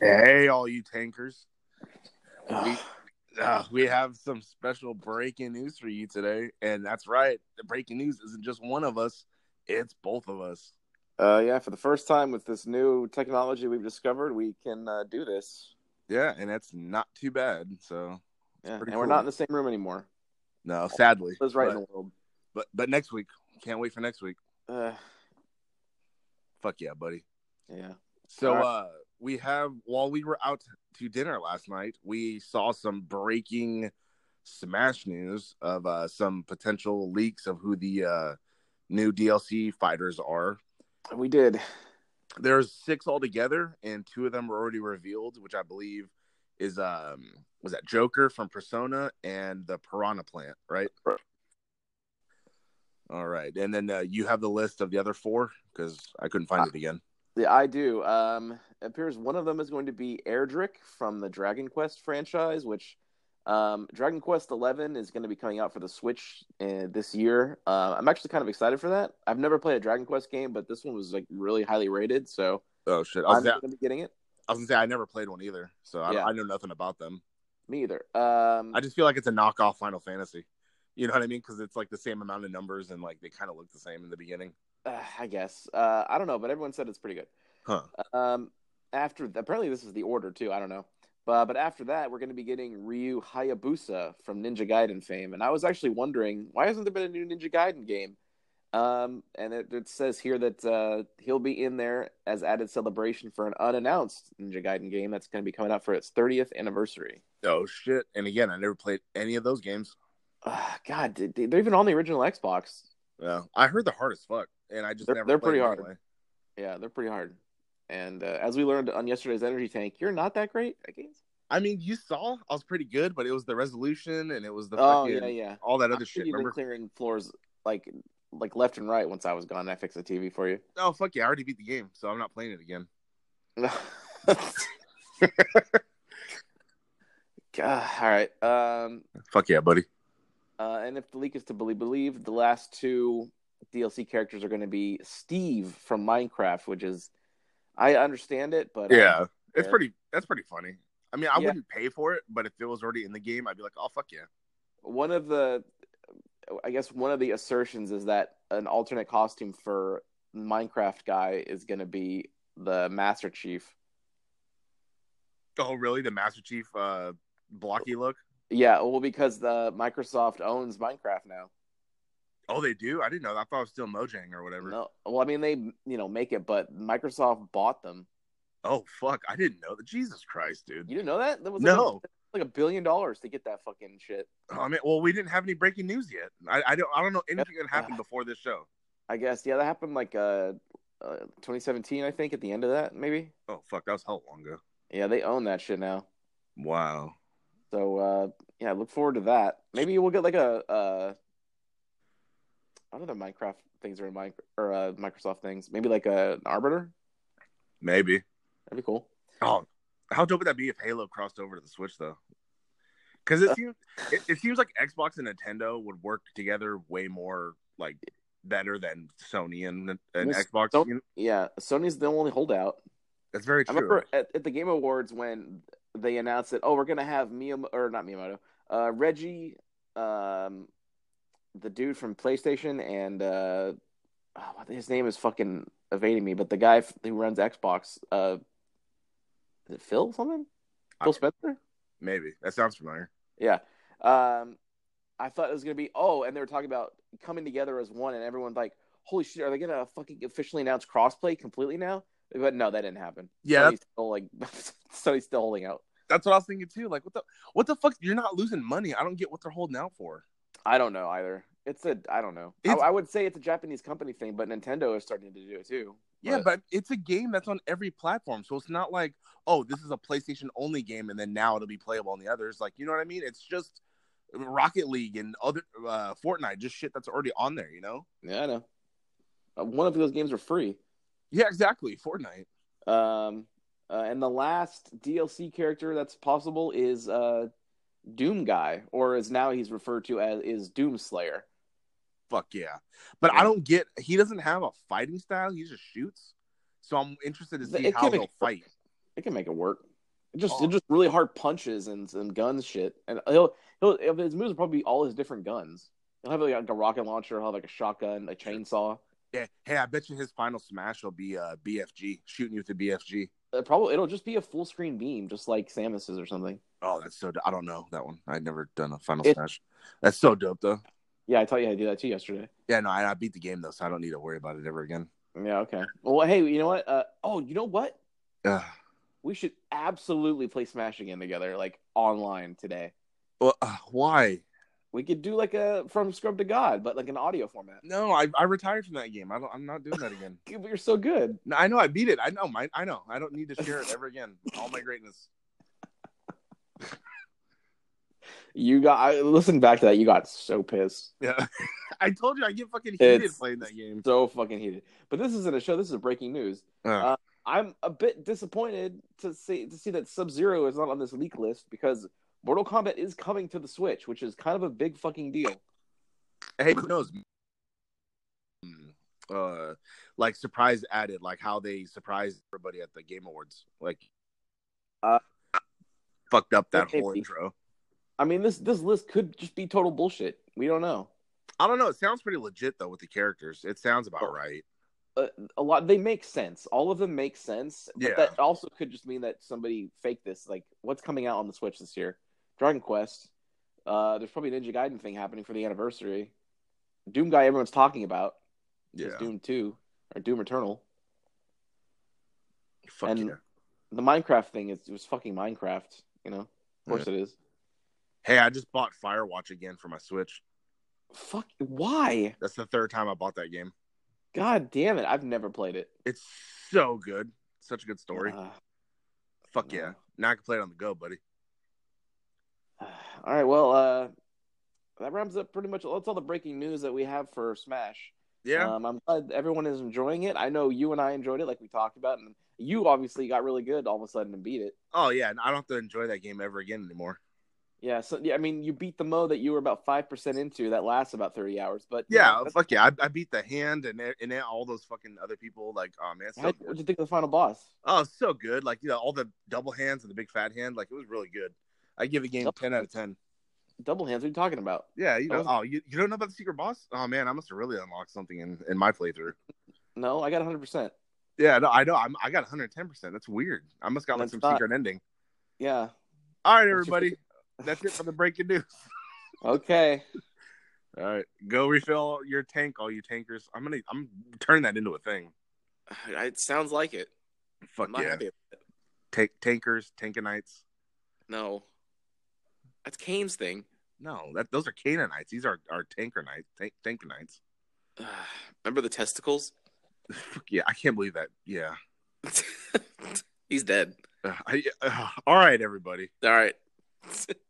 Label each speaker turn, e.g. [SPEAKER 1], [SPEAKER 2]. [SPEAKER 1] Hey, all you tankers. We, uh, we have some special breaking news for you today. And that's right. The breaking news isn't just one of us, it's both of us.
[SPEAKER 2] Uh, yeah, for the first time with this new technology we've discovered, we can uh, do this.
[SPEAKER 1] Yeah. And that's not too bad. So,
[SPEAKER 2] Yeah, and
[SPEAKER 1] pretty
[SPEAKER 2] we're
[SPEAKER 1] cool.
[SPEAKER 2] not in the same room anymore.
[SPEAKER 1] no, sadly.
[SPEAKER 2] Liz right in
[SPEAKER 1] But,
[SPEAKER 2] the world.
[SPEAKER 1] but, but next week, can't wait for next week.
[SPEAKER 2] Uh,
[SPEAKER 1] Fuck yeah, buddy.
[SPEAKER 2] yeah.
[SPEAKER 1] So
[SPEAKER 2] All right.
[SPEAKER 1] uh we have while we were out to dinner last night, we saw some breaking smash news of uh some potential leaks of who the uh new DLC fighters are.
[SPEAKER 2] We did.
[SPEAKER 1] There's six altogether and two of them were already revealed, which I believe is um was that Joker from Persona and the Piranha Plant, right?
[SPEAKER 2] Right.
[SPEAKER 1] All right. And then uh, you have the list of the other four cuz I couldn't find it again.
[SPEAKER 2] Yeah, I do. Um, it appears one of them is going to be Erdrick from the Dragon Quest franchise, which um, Dragon Quest Eleven is going to be coming out for the Switch uh, this year. Uh, I'm actually kind of excited for that. I've never played a Dragon Quest game, but this one was like really highly rated, so
[SPEAKER 1] Oh shit. I was
[SPEAKER 2] I'm
[SPEAKER 1] that-
[SPEAKER 2] going to be getting it.
[SPEAKER 1] I was gonna say I never played one either, so I,
[SPEAKER 2] Yeah.
[SPEAKER 1] I know nothing about them.
[SPEAKER 2] Me either. Um,
[SPEAKER 1] I just feel like it's a knockoff Final Fantasy. You know what I mean? Because it's like the same amount of numbers and like they kind of look the same in the beginning.
[SPEAKER 2] uh, I guess uh, I don't know, but everyone said it's pretty good.
[SPEAKER 1] Huh.
[SPEAKER 2] Um, after apparently this is the order too. I don't know, but but after that we're going to be getting Ryu Hayabusa from Ninja Gaiden fame, and I was actually wondering why hasn't there been a new Ninja Gaiden game? Um, and it, it says here that uh, he'll be in there as added celebration for an unannounced Ninja Gaiden game that's going to be coming out for its 30th anniversary.
[SPEAKER 1] Oh shit! And again, I never played any of those games.
[SPEAKER 2] Uh, God, did- they're even on the original Xbox.
[SPEAKER 1] Yeah, I heard they're hard as fuck, and I just
[SPEAKER 2] They're-
[SPEAKER 1] never.
[SPEAKER 2] they're
[SPEAKER 1] played
[SPEAKER 2] pretty
[SPEAKER 1] them
[SPEAKER 2] hard.
[SPEAKER 1] anyway.
[SPEAKER 2] Yeah, they're pretty hard. And uh, as we learned on yesterday's Energy Tank, you're not that great at games.
[SPEAKER 1] I mean, you saw I was pretty good, but it was the resolution and it was the
[SPEAKER 2] oh
[SPEAKER 1] fucking
[SPEAKER 2] yeah, yeah.
[SPEAKER 1] all that other
[SPEAKER 2] I'm sure
[SPEAKER 1] shit.
[SPEAKER 2] You've been
[SPEAKER 1] Remember?
[SPEAKER 2] clearing floors like like left and right once I was gone. I fixed the TV for you.
[SPEAKER 1] Oh fuck yeah! I already beat the game, so I'm not playing it again.
[SPEAKER 2] God, all right. Um,
[SPEAKER 1] Fuck yeah, buddy.
[SPEAKER 2] uh, and if the leak is to believe, believe the last two DLC characters are going to be Steve from Minecraft, which is I understand it, but uh,
[SPEAKER 1] Yeah, it's
[SPEAKER 2] Yeah.
[SPEAKER 1] pretty. That's pretty funny. I mean, I
[SPEAKER 2] Yeah.
[SPEAKER 1] wouldn't pay for it, but if it was already in the game, I'd be like, oh fuck yeah.
[SPEAKER 2] one of the I guess one of the assertions is that an alternate costume for Minecraft guy is going to be the Master Chief.
[SPEAKER 1] Oh, really? The Master Chief uh, blocky look?
[SPEAKER 2] Yeah, well, because the Microsoft owns Minecraft now.
[SPEAKER 1] Oh, they do? I didn't know. that. I thought it was still Mojang or whatever.
[SPEAKER 2] No, well, I mean they you know make it, but Microsoft bought them.
[SPEAKER 1] Oh, fuck. I didn't know that. Jesus Christ, dude.
[SPEAKER 2] You didn't know that? That was like
[SPEAKER 1] No.
[SPEAKER 2] a, like a billion dollars to get that fucking shit.
[SPEAKER 1] I mean, Oh, well, we didn't have any breaking news yet. I, I don't. I don't know anything that happened before this show.
[SPEAKER 2] I guess yeah, that happened like uh, uh 2017, I think, at the end of that maybe.
[SPEAKER 1] Oh, fuck. That was hell long ago.
[SPEAKER 2] Yeah, they own that shit now.
[SPEAKER 1] Wow.
[SPEAKER 2] So uh yeah, look forward to that. Maybe we'll get like a uh other Minecraft things are in Minecraft or uh, Microsoft things. Maybe like a, an Arbiter.
[SPEAKER 1] Maybe.
[SPEAKER 2] That'd be cool.
[SPEAKER 1] Oh, how dope would that be if Halo crossed over to the Switch though? Because
[SPEAKER 2] Uh,
[SPEAKER 1] it seems it, it seems like Xbox and Nintendo would work together way more like better than Sony and, and
[SPEAKER 2] Well,
[SPEAKER 1] Xbox.
[SPEAKER 2] Sony-
[SPEAKER 1] you know?
[SPEAKER 2] Yeah, Sony's the only holdout.
[SPEAKER 1] That's very
[SPEAKER 2] I
[SPEAKER 1] true.
[SPEAKER 2] remember at, at the Game Awards when they announced that oh we're gonna have Miyamoto or not Miyamoto, uh, Reggie, um, the dude from PlayStation and uh, oh, what- his name is fucking evading me, but the guy f- who runs Xbox, uh, is it Phil something?
[SPEAKER 1] I-
[SPEAKER 2] Phil Spencer?
[SPEAKER 1] Maybe that sounds familiar.
[SPEAKER 2] Yeah. Um, I thought it was gonna be oh, and they were talking about coming together as one, and everyone's like, holy shit, are they gonna fucking officially announce crossplay completely now? But no, that didn't happen.
[SPEAKER 1] Yeah,
[SPEAKER 2] Sony's still like Sony's still holding out.
[SPEAKER 1] That's what I was thinking too. Like, what the what the fuck? You're not losing money. I don't get what they're holding out for.
[SPEAKER 2] I don't know either. It's a I don't know. I,
[SPEAKER 1] It's-
[SPEAKER 2] I would say it's a Japanese company thing, but Nintendo is starting to do it too.
[SPEAKER 1] Yeah, but it's a game that's on every platform, so it's not like, oh, this is a PlayStation only game, and then now it'll be playable on the others. Like, you know what I mean? It's just Rocket League and other uh, Fortnite, just shit that's already on there. You know?
[SPEAKER 2] yeah, I know. Uh, One of those games are free.
[SPEAKER 1] Yeah, exactly. Fortnite.
[SPEAKER 2] Um, uh, and the last DLC character that's possible is uh, Doom Guy, or as now he's referred to as is Doom Slayer.
[SPEAKER 1] Fuck yeah. But
[SPEAKER 2] Yeah.
[SPEAKER 1] I don't get. He doesn't have a fighting style. He just shoots. So I'm interested to
[SPEAKER 2] Th-
[SPEAKER 1] see
[SPEAKER 2] it
[SPEAKER 1] how
[SPEAKER 2] can be-
[SPEAKER 1] they'll fight.
[SPEAKER 2] They can make it work. Just
[SPEAKER 1] Oh.
[SPEAKER 2] just really hard punches and and gun shit. And he'll he'll if his moves will probably be all his different guns. He'll have like, a rocket launcher. He'll have like a shotgun, a chainsaw.
[SPEAKER 1] Yeah. Hey, I bet you his final smash will be uh, BFG shooting you with the BFG.
[SPEAKER 2] Uh, probably it'll just be a full screen beam, just like Samus's or something.
[SPEAKER 1] Oh, that's so. d I don't know that one. I'd never done a final
[SPEAKER 2] It-
[SPEAKER 1] smash. That's so dope though.
[SPEAKER 2] Yeah, I taught you how to do that too yesterday.
[SPEAKER 1] Yeah, no, I, I beat the game though, so I don't need to worry about it ever again.
[SPEAKER 2] Yeah, okay. Well, hey, you know what? Uh, oh, you know what?
[SPEAKER 1] Ugh.
[SPEAKER 2] We should absolutely play Smash again together, like online today.
[SPEAKER 1] Well, uh, why?
[SPEAKER 2] We could do like a from scrub to god, but like an audio format.
[SPEAKER 1] No, I, I retired from that game. I don't, I'm not doing that again.
[SPEAKER 2] But you're so good.
[SPEAKER 1] No, I know I beat it. I know. My, I know. I don't need to share it ever again. All my greatness.
[SPEAKER 2] You got. I listened back to that. You got so pissed,
[SPEAKER 1] Yeah, I told you I get fucking heated
[SPEAKER 2] It's-
[SPEAKER 1] playing that game.
[SPEAKER 2] so fucking heated. But this isn't a show. This is breaking news.
[SPEAKER 1] Uh,
[SPEAKER 2] I'm a bit disappointed to see to see that Sub Zero is not on this leak list because Mortal Kombat is coming to the Switch, which is kind of a big fucking deal.
[SPEAKER 1] hey, who knows? Mm, Uh, like surprise added, like how they surprised everybody at the Game Awards, like
[SPEAKER 2] Uh,
[SPEAKER 1] fucked up that
[SPEAKER 2] maybe.
[SPEAKER 1] whole intro.
[SPEAKER 2] I mean, this this list could just be total bullshit. We don't know.
[SPEAKER 1] I don't know. It sounds pretty legit though with the characters. It sounds
[SPEAKER 2] Oh,
[SPEAKER 1] about right.
[SPEAKER 2] a lot they make sense. All of them make sense. But
[SPEAKER 1] Yeah.
[SPEAKER 2] that also could just mean that somebody faked this. Like what's coming out on the Switch this year? Dragon Quest. Uh there's probably a Ninja Gaiden thing happening for the anniversary. Doom guy everyone's talking about is
[SPEAKER 1] Yeah,
[SPEAKER 2] Doom 2 or Doom Eternal.
[SPEAKER 1] fuck
[SPEAKER 2] and-
[SPEAKER 1] yeah.
[SPEAKER 2] The Minecraft thing is it was fucking Minecraft, you know. Of course it is.
[SPEAKER 1] Hey, I just bought Firewatch again for my Switch.
[SPEAKER 2] Fuck why?
[SPEAKER 1] That's the third time I bought that game.
[SPEAKER 2] God damn it. I've never played it.
[SPEAKER 1] It's so good. Such a good story.
[SPEAKER 2] Uh, uh-huh.
[SPEAKER 1] Fuck yeah. Now I can play it on the go, buddy.
[SPEAKER 2] All right, well, uh that wraps up pretty much that's all the breaking news that we have for Smash.
[SPEAKER 1] Yeah.
[SPEAKER 2] Um, I'm glad everyone is enjoying it. I know you and I enjoyed it, like we talked about, and you obviously got really good all of a sudden and beat it.
[SPEAKER 1] oh yeah. And I don't have to enjoy that game ever again anymore.
[SPEAKER 2] Yeah, so yeah, I mean, you beat the mo that you were about five percent into that lasts about thirty hours. But you
[SPEAKER 1] Yeah.
[SPEAKER 2] know, that's-
[SPEAKER 1] fuck yeah. I, I beat the hand and and all those fucking other people. Like, oh man, so
[SPEAKER 2] how, what'd you think of the final boss?
[SPEAKER 1] oh so good. Like you know all the double hands and the big fat hand. Like it was really good. I give a game
[SPEAKER 2] Double
[SPEAKER 1] ten out of ten.
[SPEAKER 2] Double hands? What are you talking about?
[SPEAKER 1] Yeah. You
[SPEAKER 2] That
[SPEAKER 1] know.
[SPEAKER 2] was-
[SPEAKER 1] Oh, you, you don't know about the secret boss? Oh man, I must have really unlocked something in in my playthrough.
[SPEAKER 2] No, I got hundred percent.
[SPEAKER 1] Yeah. No, I know. I'm, I got 110. percent That's weird. I must got like
[SPEAKER 2] That's
[SPEAKER 1] some
[SPEAKER 2] not-
[SPEAKER 1] secret ending.
[SPEAKER 2] Yeah.
[SPEAKER 1] All right,
[SPEAKER 2] your
[SPEAKER 1] everybody. That's it for the breaking news.
[SPEAKER 2] Okay.
[SPEAKER 1] All right, go refill your tank, all you tankers. I'm gonna I'm turning that into a thing.
[SPEAKER 2] It sounds like it.
[SPEAKER 1] Fuck yeah, Tank, tankers, tankanites.
[SPEAKER 2] No, that's Kane's thing.
[SPEAKER 1] No, that those are Canaanites. These are are tankerites, tank, tankanites.
[SPEAKER 2] Remember the testicles?
[SPEAKER 1] Fuck yeah, I can't believe that. Yeah. Uh,
[SPEAKER 2] He's dead.
[SPEAKER 1] Ugh, I, ugh. all right, everybody.
[SPEAKER 2] All right.